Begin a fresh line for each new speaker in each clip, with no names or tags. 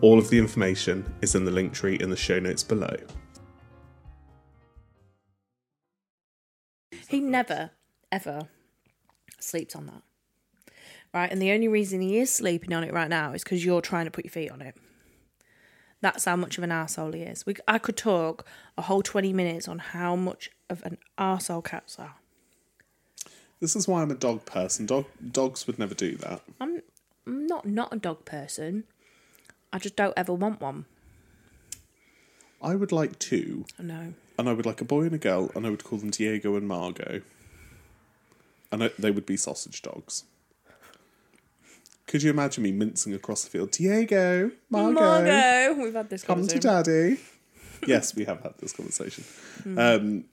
All of the information is in the link tree in the show notes below.
He never, ever sleeps on that. Right? And the only reason he is sleeping on it right now is because you're trying to put your feet on it. That's how much of an arsehole he is. We, I could talk a whole 20 minutes on how much of an arsehole cats are.
This is why I'm a dog person. Dog dogs would never do that.
I'm, I'm not not a dog person. I just don't ever want one.
I would like two,
I know.
and I would like a boy and a girl, and I would call them Diego and Margot. And I, they would be sausage dogs. Could you imagine me mincing across the field? Diego, Margot,
Margo. We've had this
come to
conversation.
daddy. yes, we have had this conversation. Um,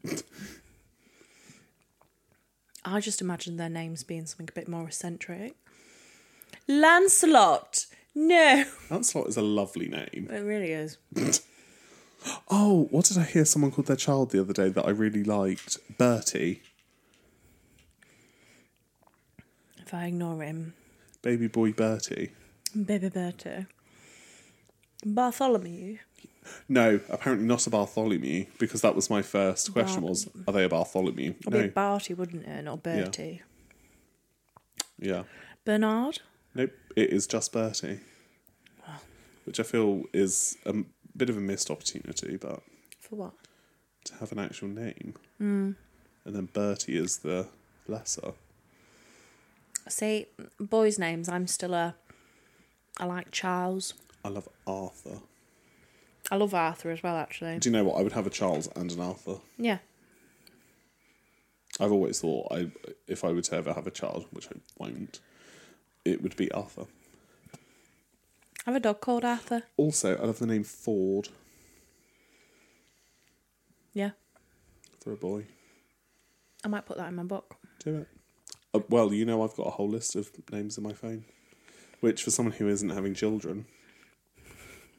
I just imagined their names being something a bit more eccentric. Lancelot. No.
Lancelot is a lovely name.
It really is.
Oh, what did I hear someone called their child the other day that I really liked? Bertie.
If I ignore him,
Baby boy Bertie.
baby Berto. Bartholomew.
No, apparently not a Bartholomew, because that was my first question
Bar-
was, are they a Bartholomew?
It'd
No.
be Barty, wouldn't it? Or Bertie.
yeah.
Bernard?
Nope, it is just Bertie. Which I feel is a m- bit of a missed opportunity, but
For what?
to have an actual name. Mm. And then Bertie is the lesser.
See, boys' names, I'm still a. I like Charles.
I love Arthur.
I love Arthur as well, actually.
Do you know what? I would have a Charles and an Arthur.
Yeah.
I've always thought I, if I were to ever have a child, which I won't, it would be Arthur.
I have a dog called Arthur.
Also, I love the name Ford
Yeah.
for a boy.
I might put that in my book.
Do it. Uh, well, you know, I've got a whole list of names in my phone, which for someone who isn't having children,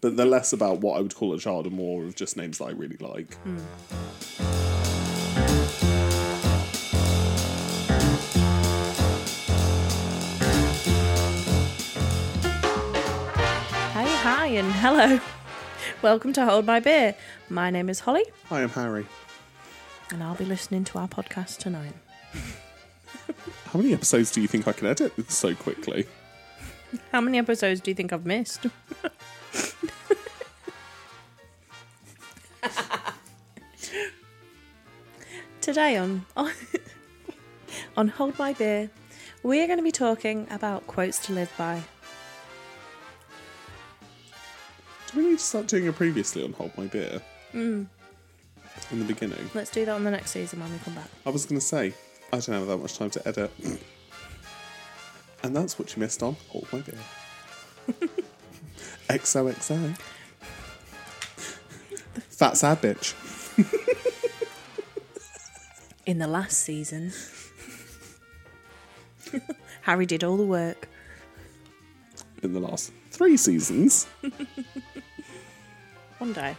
but they're less about what I would call a child and more of just names that I really like.
Hey, hi, and hello. Welcome to Hold My Beer. My name is Holly,
Hi, I'm Harry.
and I'll be listening to our podcast tonight.
How many episodes do you think I can edit so quickly?
How many episodes do you think I've missed? Today on on Hold My Beer, we are going to be talking about quotes to live by.
Do we need to start doing a previously on Hold My Beer? In the beginning.
Let's do that on the next season when we come back.
I was going to say, I don't have that much time to edit. and that's what you missed on Hold My Beer. XOXO. Fat sad bitch.
In the last season, Harry did all the work.
In the last three seasons.
One day,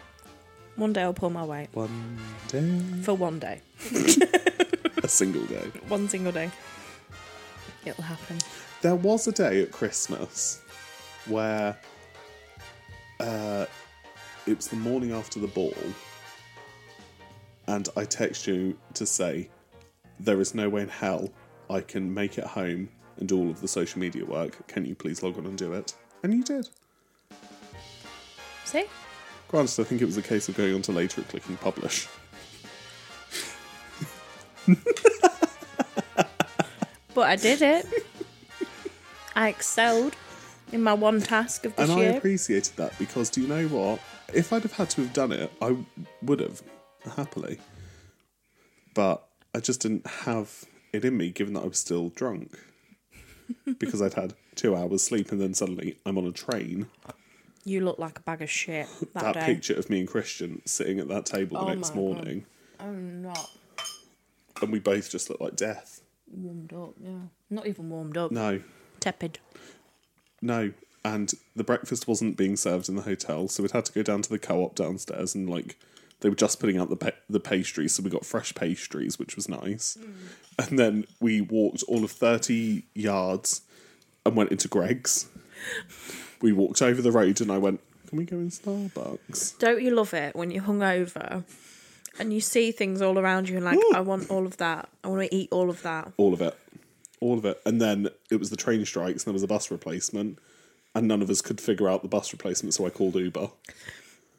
one day I'll pull my weight
One day.
for one day,
A single day.
one single day. It'll happen.
There was a day at Christmas where uh, it was the morning after the ball, and I text you to say there is no way in hell I can make it home and do all of the social media work. Can you please log on and do it? And you did.
See?
Granted, I think it was a case of going on to later and clicking publish.
But I did it. I excelled. in my one task of this
and I
year.
appreciated that because do you know what? If I'd have had to have done it, I would have happily. But I just didn't have it in me, given that I was still drunk because I'd had two hours sleep and then suddenly I'm on a train.
you look like a bag of shit that,
That
day.
picture of me and Christian sitting at that table the
Oh
next
my God.
morning,
I'm not
and we both just looked like death.
warmed up. Yeah, not even warmed up.
No,
Tepid.
No, and the breakfast wasn't being served in the hotel, so we'd had to go down to the co-op downstairs and like they were just putting out the pa- the pastries, so we got fresh pastries, which was nice. And then we walked all of thirty yards and went into Greg's. we walked over the road, and I went, "Can we go in Starbucks?"
Don't you love it when you're hungover and you see things all around you and like,
Woo.
I want all of that. I want to eat all of that.
All of it, all of it. And then it was the train strikes, and there was a bus replacement, and none of us could figure out the bus replacement, so I called Uber.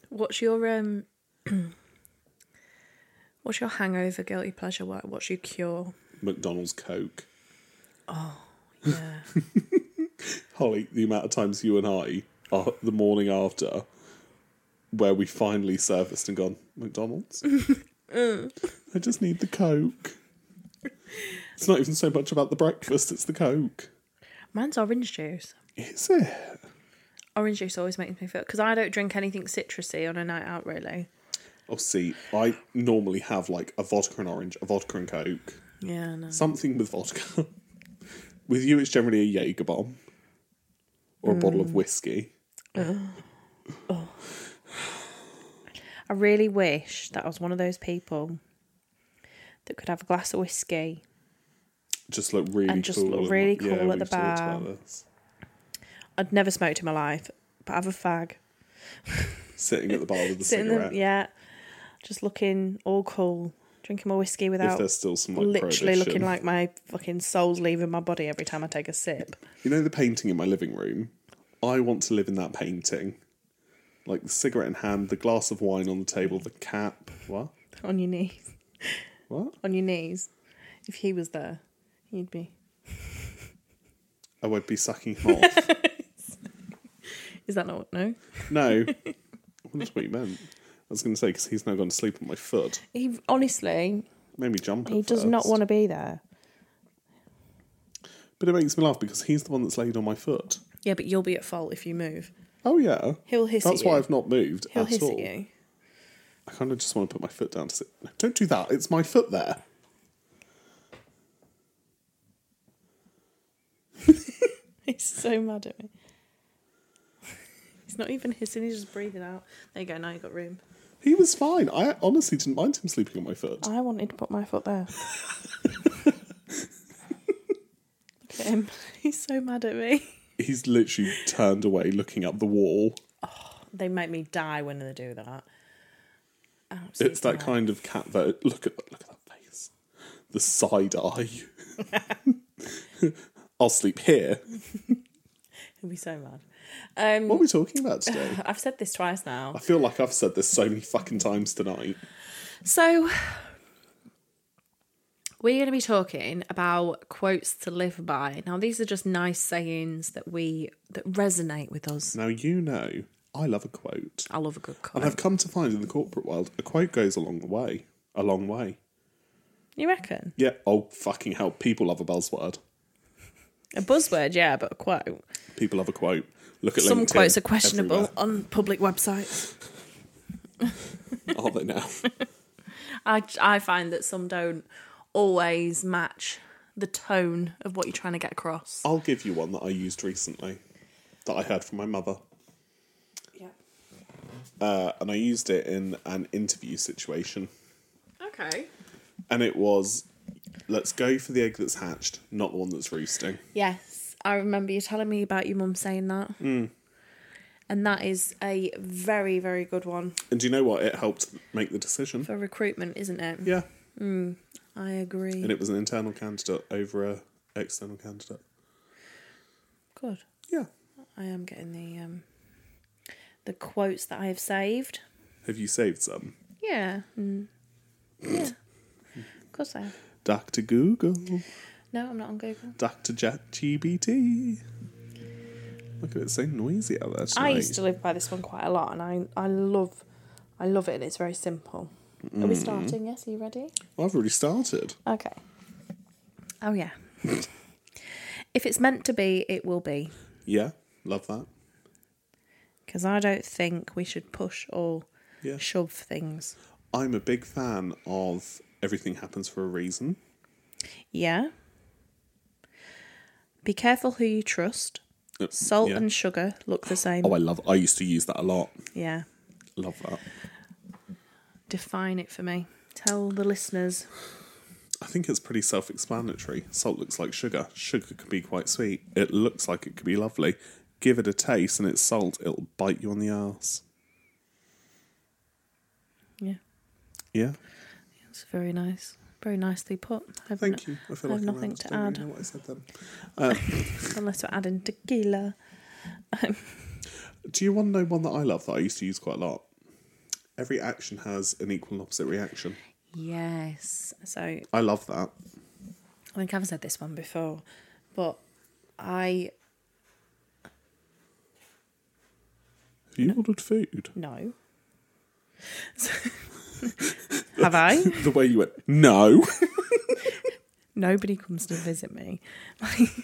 What's your um? what's your hangover guilty pleasure? What what's your cure?
McDonald's Coke.
Yeah.
Holly, the amount of times you and I are the morning after where we finally serviced and gone, McDonald's?
Uh.
I just need the Coke. It's not even so much about the breakfast, it's the Coke.
Mine's orange juice.
Is it?
Orange juice always makes me feel because I don't drink anything citrusy on a night out really.
Oh, see, I normally have like a vodka and orange, a vodka and Coke,
Yeah, no.
something with vodka. with you, it's generally a Jaeger bomb or a bottle
Mm.
of whiskey.
I really wish that I was one of those people that could have a glass of whiskey
Just look really
And just
cool.
look really cool at the
we've talked
bar.
about this.
I'd never smoked in my life, but have a fag.
Sitting at the bar with a
Sitting
cigarette.
there, yeah. Just looking all cool, drinking my whiskey
if
without
there's still some like
literally
prohibition.
looking like my fucking soul's leaving my body every time I take a sip.
you know the painting in my living room i want to live in that painting like the cigarette in hand the glass of wine on the table the cap what
On your knees.
what
On your knees. If he was there, you'd be.
i would Oh, be sucking him off
Is that not what? No?
no that's what you meant i was going to say because he's now gone to sleep on my foot
He honestly,
made me jump
he
at
does not
first.
want to be there.
but it makes me laugh because he's the one that's laid on my foot
Yeah, but you'll be at fault if you move.
oh yeah
He'll hiss at
that's why
you.
i've not moved
He'll
at
hiss
all
at you.
i kind of just want to put my foot down to sit no, don't do that it's my foot there
He's so mad at me. He's not even hissing, he's just breathing out. There you go, now you've got room.
he was fine i honestly didn't mind him sleeping on my foot
I wanted to put my foot there. Look at him. He's so mad at me.
He's literally turned away, looking up the wall.
They make me die when they do that. Absolutely
It's that kind of cat that look at look at that face, the side eye. I'll sleep here.
He'll be so mad. Um,
What are we talking about today?
I've said this twice
I
now.
feel like I've said this so many fucking times tonight.
So we're going to be talking about quotes to live by. Now these are just nice sayings that we that resonate with us.
Now you know I love a quote,
I love a good
and
quote.
I've come to find in the corporate world a quote goes a long way, a long way.
you reckon?
Yeah. Oh fucking hell! People love a buzzword.
A buzzword, yeah, but a quote.
People love a quote. Look at
Some
LinkedIn,
quotes are questionable
everywhere.
on public websites.
Are they now?
I, I find that some don't always match the tone of what you're trying to get across.
I'll give you one that I used recently that I heard from my mother.
Yeah.
Uh, and I used it in an interview situation.
Okay.
And it was let's go for the egg that's hatched, not the one that's roosting.
Yes, I remember you telling me about your mum saying that.
Hmm.
And that is a very, very good one
And do you know what? It helped make the decision.
for recruitment, isn't it?
Yeah.
I agree.
And it was an internal candidate over a external candidate.
Good.
Yeah.
I am getting the um, the quotes that I have saved.
Have you saved some?
Yeah. Mm. Yeah. of course I have.
Dr. Google,
No, I'm not on Google.
Dr. Chat GBT. Look at it, it's so noisy out there. Tonight.
I used to live by this one quite a lot, and I I love, I love it, and it's very simple. Are
Mm-hmm.
we starting? Yes, are you ready?
Well, I've already started.
Okay. Oh yeah. if it's meant to be, it will be.
Yeah, love that.
Because I don't think we should push or
Yeah.
shove things.
I'm a big fan of everything happens for a reason.
Yeah. Be careful who you trust.
Uh,
Salt
yeah.
and sugar look the same.
Oh, I love. I used to use that a lot.
yeah.
Love that.
Define it for me. Tell the listeners.
I think it's pretty self-explanatory. Salt looks like sugar. Sugar could be quite sweet. It looks like it could be lovely. Give it a taste, and it's salt. It'll bite you on the ass.
Yeah.
Yeah.
It's very nice. Very nicely put. I've
Thank you. I feel
I
like
have
I'm
nothing
out.
to
Don't really
add.
know what I said then.
Unless we're adding tequila.
Do you want to know one that I love that I used to use quite a lot? Every action has an equal and opposite reaction.
Yes. So I
I love that.
think I've said this one before, but I
Have you ordered food?
know. have I?
the way you went, no.
Nobody comes to visit me.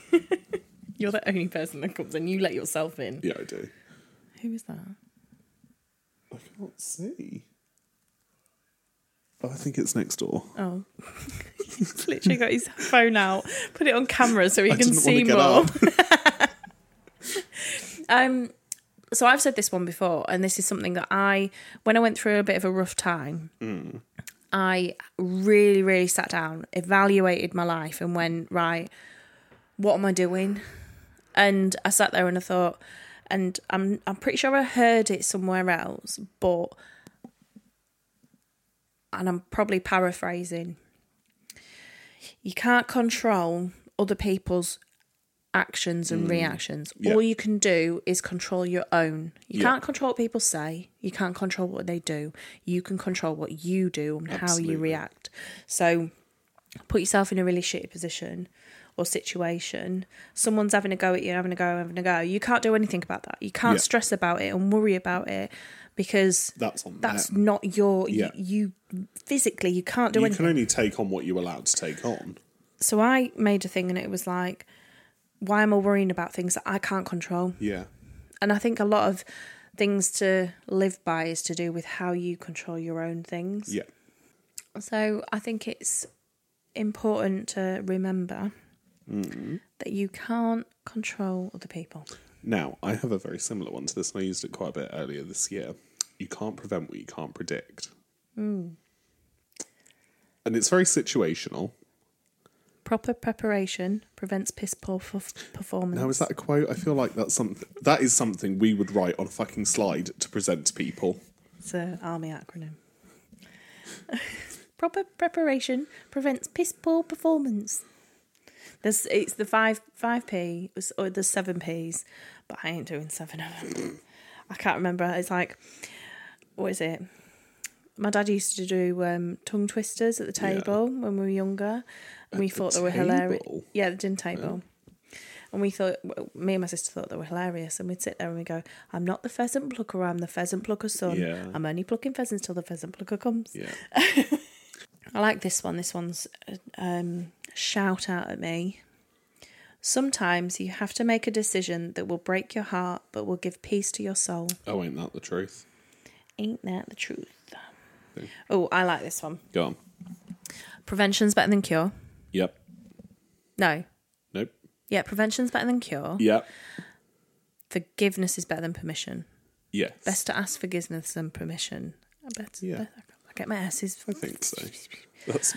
You're the only person that comes and you let yourself in.
yeah, I do.
Who is that?
I can't see. Oh, I think it's next door.
Oh. He's literally got his phone out, put it on camera so he
I
can
didn't
see more.
want to
Um so I've said this one before and this is something that I when I went through a bit of a rough time,
Mm.
I really really sat down, evaluated my life and went, right, what am I doing? And I sat there and I thought and I'm I'm pretty sure I heard it somewhere else, but and I'm probably paraphrasing. You can't control other people's actions and reactions.
Mm. yeah.
All you can do is control your own. You
Yeah.
can't control what people say. You can't control what they do. You can control what you do and how
Absolutely.
you react. So put yourself in a really shitty position or situation. Someone's having a go at you, having a go, having a go. You can't do anything about that. You can't
Yeah.
stress about it and worry about it because
That's on
that's
them.
not your
Uh, Yeah.
you, you physically you can't do
You
anything
can only take on what you're allowed to take on.
so i made a thing and it was like why am i worrying about things that i can't control
Yeah.
and i think a lot of things to live by is to do with how you control your own things
Yeah.
so i think it's important to remember
Mm-hmm.
that you can't control other people
Now, I have a very similar one to this, and I used it quite a bit earlier this year. You can't prevent what you can't predict.
Hmm.
And it's very situational.
proper preparation prevents piss poor f- performance
Now, is that a quote? I feel like that's something that is something we would write on a fucking slide to present to people.
It's an army acronym. Proper preparation prevents piss poor performance. There's it's the five five p or the seven p's, but I ain't doing seven of them. I can't remember. It's like what is it? My dad used to do um, tongue twisters at the
Yeah.
table when we were younger, and we
the
thought they were hilarious.
table?
Yeah, the dinner table. And we thought, w- me and my sister thought they were hilarious. And we'd sit there and we'd go, I'm not the pheasant plucker, I'm the pheasant plucker's son.
Yeah.
I'm only plucking pheasants till the pheasant plucker comes.
Yeah.
I like this one. This one's uh, um, shout out at me. Sometimes you have to make a decision that will break your heart but will give peace to your soul.
Oh, ain't that the truth?
Ain't that the truth?
Okay.
Oh, I like this one.
Go on.
Prevention's better than cure.
Yep.
No.
Nope.
Yeah, prevention's better than cure.
Yep.
Forgiveness is better than permission.
Yes.
Best to ask forgiveness than permission. I bet.
Yeah.
I get my S's.
I think so. That's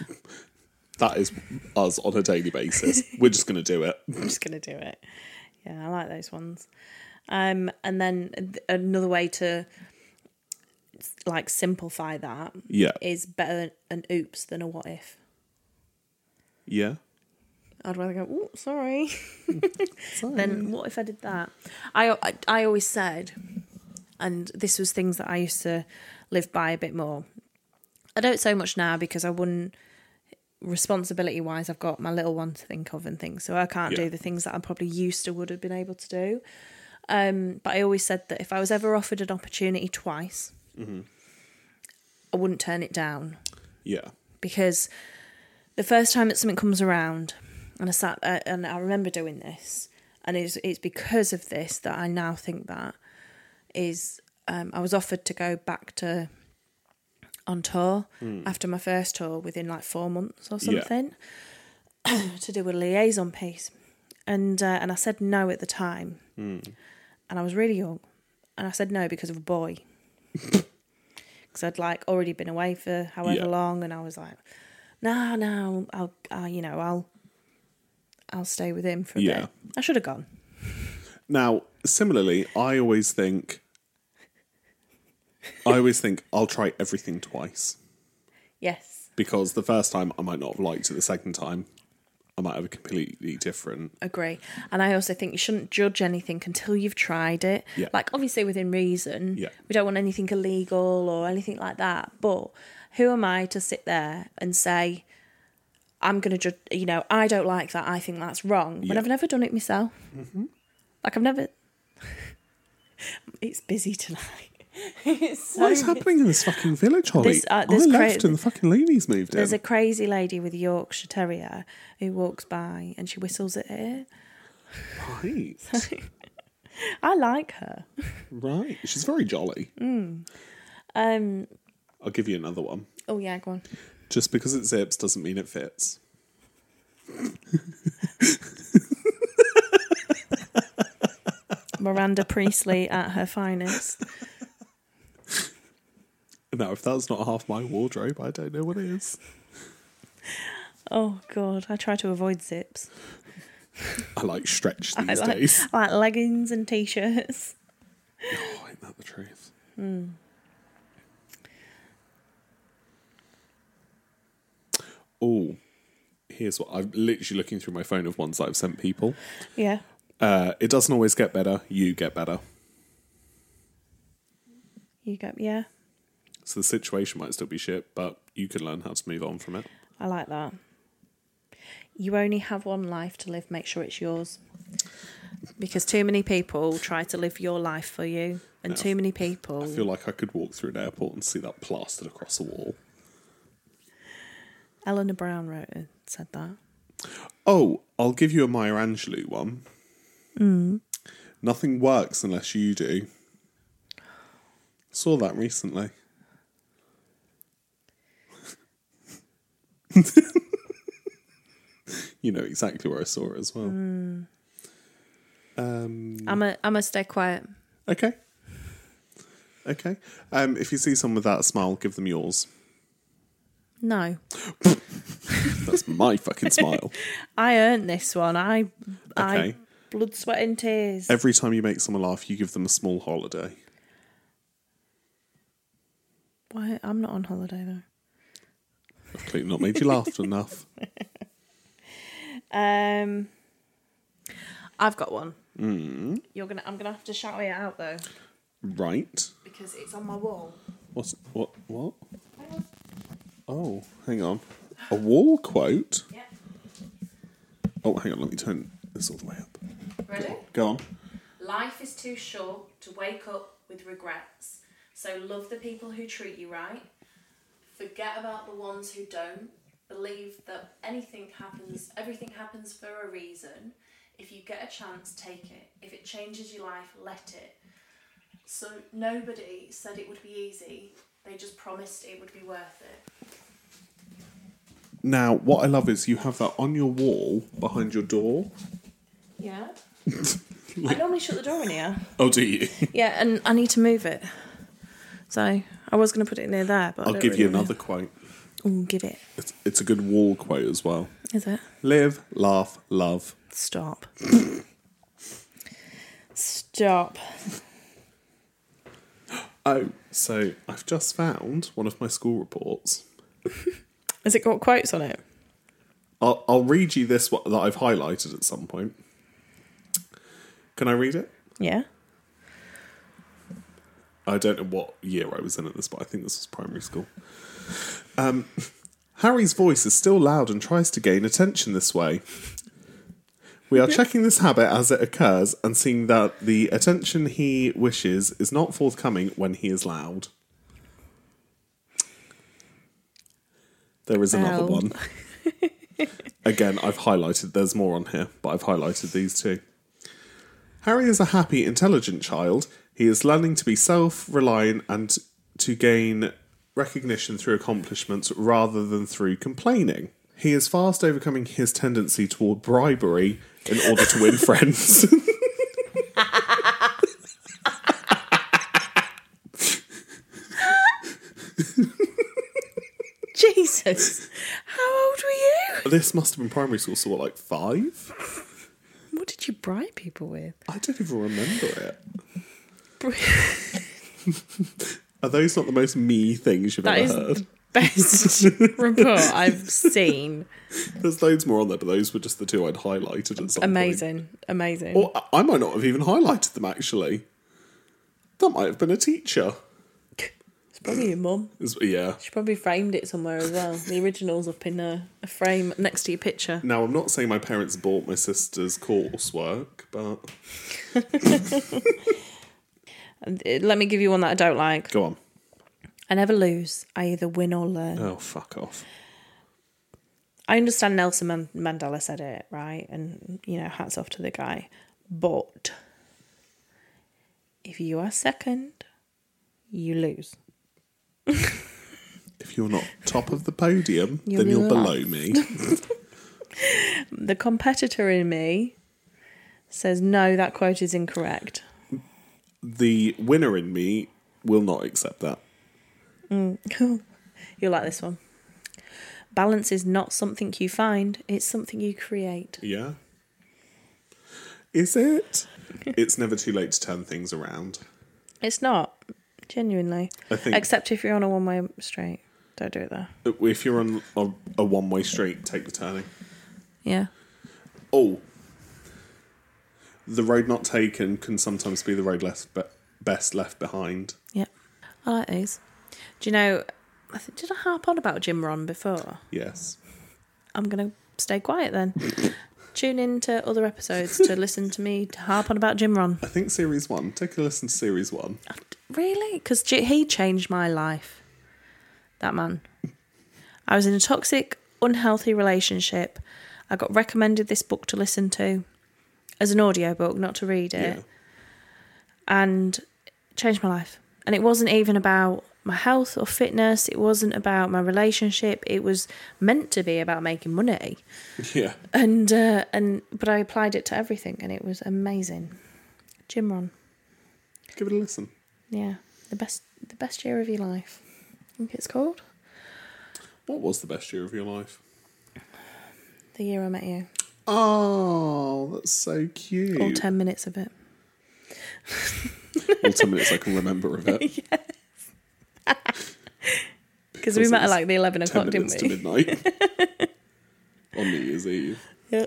that is us on a daily basis. We're just gonna do it.
I'm just gonna do it. Yeah, I like those ones. Um, and then th- another way to like simplify that is
Yeah.
better an oops than a what if.
Yeah.
I'd rather go. Oh, sorry. then what if I did that? I, I I always said, and this was things that I used to live by a bit more. I don't so much now because I wouldn't responsibility wise I've got my little one to think of and things so I can't
Yeah.
do the things that I probably used to would have been able to do Um, but I always said that if I was ever offered an opportunity twice, I wouldn't turn it down
Yeah.
because the first time that something comes around, and I sat uh, and I remember doing this, and it's it's because of this that I now think that is um, I was offered to go back to on tour after my first tour within like four months or
Yeah.
something to do a liaison piece, and uh, and I said no at the time, and I was really young, and I said no because of a boy. Because I'd like already been away for however
Yeah.
long, and I was like, no, no, I'll, I'll, you know, I'll, I'll stay with him for a
Yeah.
bit. I should have gone.
Now, similarly, I always think I always think I'll try everything twice
Yes,
because the first time I might not have liked it, the second time I might have a completely different.
agree. And I also think you shouldn't judge anything until you've tried it.
Yeah.
Like obviously within reason.
Yeah.
We don't want anything illegal or anything like that. But who am I to sit there and say, I'm going to judge? You know, I don't like that. I think that's wrong. But
Yeah. Mm-hmm.
I've never done it myself. Like I've never. it's busy tonight. it's so
What is happening in this fucking village, Holly?
This, uh, this
I
cra-
left and the fucking loonies moved in.
There's a crazy lady with a Yorkshire Terrier who walks by and she whistles at it.
Right,
I like her.
right. She's very jolly.
Um.
I'll give you another one.
Oh yeah, go on.
Just because it zips doesn't mean it fits.
Miranda Priestley at her finest.
Now, if that's not half my wardrobe, I don't know what is.
Oh god, I try to avoid zips.
I like stretch
I
these
like,
days.
I like leggings and t-shirts.
Oh, ain't that the truth?
Hmm.
Oh, here's what I'm literally looking through my phone of ones that I've sent people.
Yeah.
Uh, it doesn't always get better. You get better.
You go. Yeah,
So the situation might still be shit, but you can learn how to move on from it.
I like that. You only have one life to live. Make sure it's yours. Because too many people try to live your life for you, and too many people.
I feel like I could walk through an airport and see that plastered across a wall.
Eleanor Brown wrote it, said that.
Oh, I'll give you a Maya Angelou one. Nothing works unless you do. Saw that recently. you know exactly where I saw it as well.
I'm a I'm a stay quiet.
Okay. Okay. Um, if you see someone with that smile, give them yours.
No,
That's my fucking smile.
I earned this one. I I
Okay.
blood, sweat, and tears.
Every time you make someone laugh, you give them a small holiday.
Why I'm not on holiday though.
I've clearly not made you laugh enough.
Um, I've got one. You're gonna I'm gonna have to shout it out though
Right.
because it's on my wall.
What's what what? Oh, hang on. A wall quote?
Yeah,
Oh, hang on, let me turn this all the way up.
ready.
Go on.
Life is too short to wake up with regrets. So love the people who treat you right. Forget about the ones who don't. Believe that anything happens, everything happens for a reason. If you get a chance, take it. If it changes your life, let it. So nobody said it would be easy. They just promised it would be worth it.
Now, what I love is you have that on your wall behind your door.
Yeah. I normally shut the door in here.
Oh, do you?
Yeah, and I need to move it. So I was going to put it near there, but
I'll give you another quote.
Oh, give it.
It's, it's a good wall quote as well.
Is it?
Live, laugh, love.
Stop. Stop.
Oh, so I've just found one of my school reports.
Has it got quotes on it?
I'll, I'll read you this one that I've highlighted at some point. Can I read it?
Yeah.
I don't know what year I was in at this, but I think this was primary school. Um, Harry's voice is still loud and tries to gain attention this way. We are checking this habit as it occurs and seeing that the attention he wishes is not forthcoming when he is loud. There is another
Ow.
one. Again, I've highlighted, there's more on here, but I've highlighted these two. Harry is a happy, intelligent child. He is learning to be self reliant and to gain recognition through accomplishments rather than through complaining. He is fast overcoming his tendency toward bribery in order to win friends.
Jesus, how old were
this must have been primary school, so what, like five?
you? What did you bribe people with?
I don't even remember it.
Bri-
Are those not the most me things you've
That
ever
is
heard?
the best report I've seen.
There's loads more on there, but those were just the two I'd highlighted at some point.
Amazing, amazing.
Or I- I might not have even highlighted them actually. That might have been a teacher.
It's probably your mum.
Is- Yeah.
She probably framed it somewhere as well. The original's up in a, a frame next to your picture.
Now I'm not saying my parents bought my sister's coursework, but
And, uh, Let me give you one that I don't like.
go on.
I never lose. I either win or learn.
Oh fuck off.
I understand Nelson Man- Mandela said it, right? And, you know, hats off to the guy. But if you are second, you lose.
If you're not top of the podium,
You're
then you're
loved.
below me.
The competitor in me says, no, that quote is incorrect.
The winner in me will not accept that.
You'll like this one. Balance is not something you find, it's something you create.
Yeah. Is it? It's never too late to turn things around.
It's not, genuinely.
I think-
Except if you're on a one way street. Don't do it there.
If you're on a, a one-way street, take the turning.
Yeah.
Oh, the road not taken can sometimes be the road left be- best left behind.
Yep. I like these. Do you know, I th- did I harp on about Jim Ron before?
Yes.
I'm going to stay quiet then. Tune in to other episodes to listen to me harp on about Jim Ron.
I think series one. Take a listen to series one.
Really? Because he changed my life. That man. I was in a toxic, unhealthy relationship. I got recommended this book to listen to as an audiobook, not to read it.
Yeah.
And it changed my life. And it wasn't even about my health or fitness. It wasn't about my relationship. It was meant to be about making money.
Yeah.
And uh, and but I applied it to everything and it was amazing. Jim Ron.
Give it a listen.
Yeah, the best the best year of your life. I think it's called
What was the best year of your life?
the year I met you.
Oh, that's so cute.
All ten minutes of it.
All 10 minutes I can remember of it.
Because
Of
we
course
met
it
at
was
like the eleven
10
o'clock,
minutes
didn't
to
we?
midnight. On New Year's Eve.
Yeah.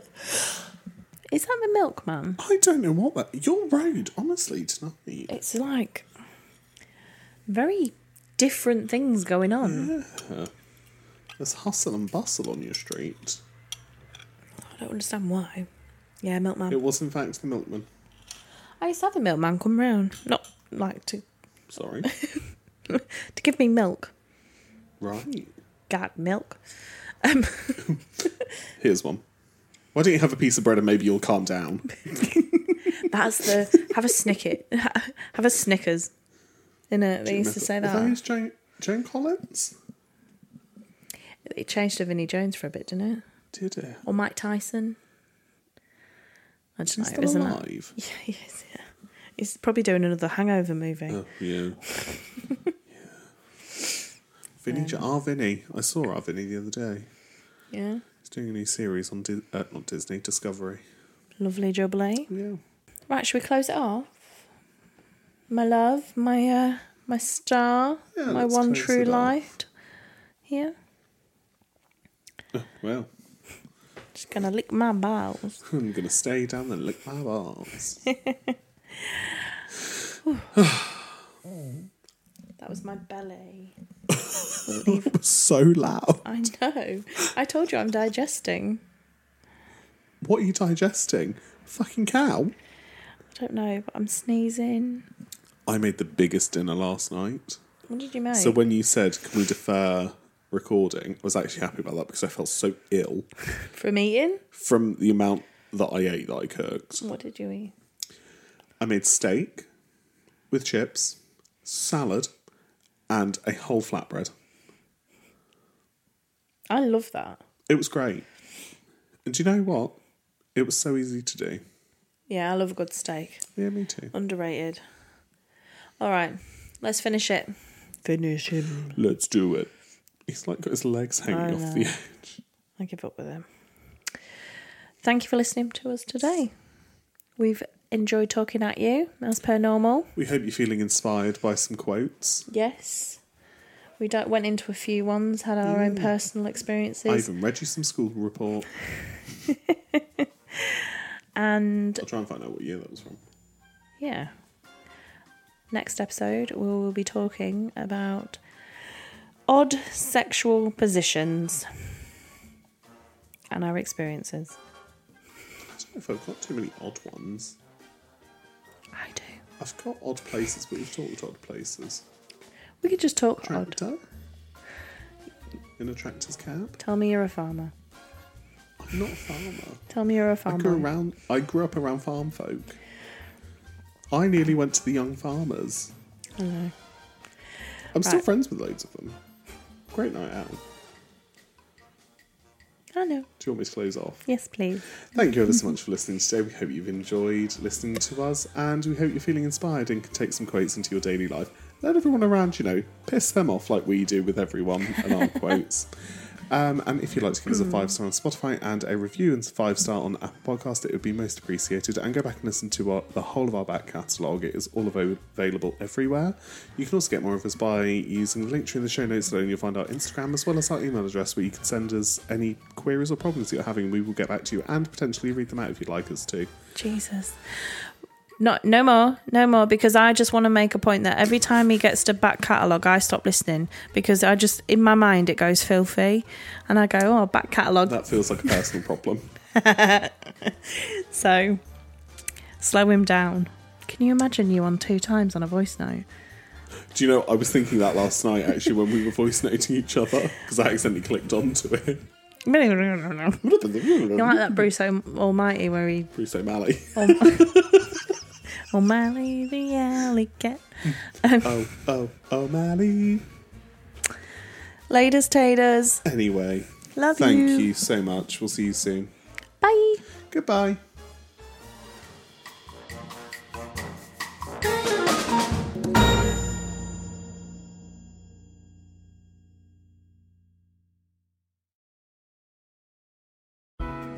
Is that the milkman?
I don't know what that. Your road, honestly, tonight.
It's like very different things going on.
There's hustle and bustle on your street.
I don't understand why. Yeah, milkman.
It was, in fact, the milkman.
I used to have a milkman come round, not like to
Sorry.
to give me milk.
right.
Got milk.
Here's one. Why don't you have a piece of bread and maybe you'll calm down?
That's the have a snicket, have a Snickers. In it, they used to say
Is that
that.
who's Jane, Jane Collins?
It changed to Vinnie Jones for a bit, didn't it?
Did it?
Or Mike Tyson. I don't
She's
know,
still
isn't it?
alive.
Yeah, he is, yeah. He's probably doing another hangover movie.
Oh, yeah. yeah. Vinny, Jo- our Vinny. I saw our Vinny the other day.
Yeah.
He's doing a new series on Di- uh, not Disney, Discovery.
Lovely jubilee.
Yeah.
Right, should we close it off? My love, my uh my star,
Yeah,
my
let's
one
close
true
it off.
light. Yeah.
Well,
Just gonna lick my balls.
I'm going to stay down there and lick my balls.
That was my belly.
so loud.
I know. I told you I'm digesting.
What are you digesting? Fucking cow.
I don't know, but I'm sneezing.
I made the biggest dinner last night.
What did you make?
So when you said, can we defer recording, I was actually happy about that because I felt so ill
From eating?
from the amount that I ate that I cooked.
What did you eat?
I made steak with chips, salad, and a whole flatbread.
I love that.
It was great. And do you know what? It was so easy to do.
Yeah, I love a good steak.
Yeah, me too.
Underrated. All right, let's finish it. Finish him.
Let's do it. He's like got his legs hanging off the edge.
I give up with him. Thank you for listening to us today. We've enjoyed talking at you, as per normal.
We hope you're feeling inspired by some quotes.
Yes. We don't, went into a few ones, had our
Mm.
own personal
I
experiences,
even read you some school report.
and
I'll try and find out what year that was from.
Yeah. Next episode, we will be talking about odd sexual positions and our experiences.
I don't know if I've got too many odd ones.
I do.
I've got odd places, but we've talked odd places.
We could just talk odd.
Tractor. In a tractor's cab.
Tell me you're a farmer.
I'm not a farmer.
Tell me you're a
I grew
farmer.
around. I grew up around farm folk. I nearly went to the young farmers.
I know.
I'm still
Right.
friends with loads of them. Great night out.
I know.
Do you want me to close off?
Yes, please.
Thank you ever so much for listening today. We hope you've enjoyed listening to us and we hope you're feeling inspired and can take some quotes into your daily life. Let everyone around you know, piss them off like we do with everyone and our quotes. Um, and if you'd like to give us a five star on Spotify and a review and five star on Apple Podcast, it would be most appreciated. And go back and listen to our, the whole of our back catalogue. It is all avo- available everywhere. You can also get more of us by using the link tree in the show notes below, and you'll find our Instagram as well as our email address where you can send us any queries or problems that you're having. We will get back to you and potentially read them out if you'd like us to.
Jesus. No, no more, no more, because I just want to make a point that every time he gets to back catalogue, I stop listening because I just, in my mind, it goes filthy. And I go, oh, back catalogue.
That feels like a personal problem.
So slow him down. Can you imagine you on two times on a voice note?
Do you know, I was thinking that last night actually when we were voice noting each other because I accidentally clicked onto it.
You like that Bruce O- Almighty where he
Bruce O'Malley.
O'Malley the alley cat.
Oh, oh, O'Malley.
Ladies, taters,
Anyway,
love
thank
you.
you so much. We'll see you soon.
Bye.
Goodbye.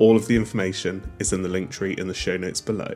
All of the information is in the link tree in the show notes below.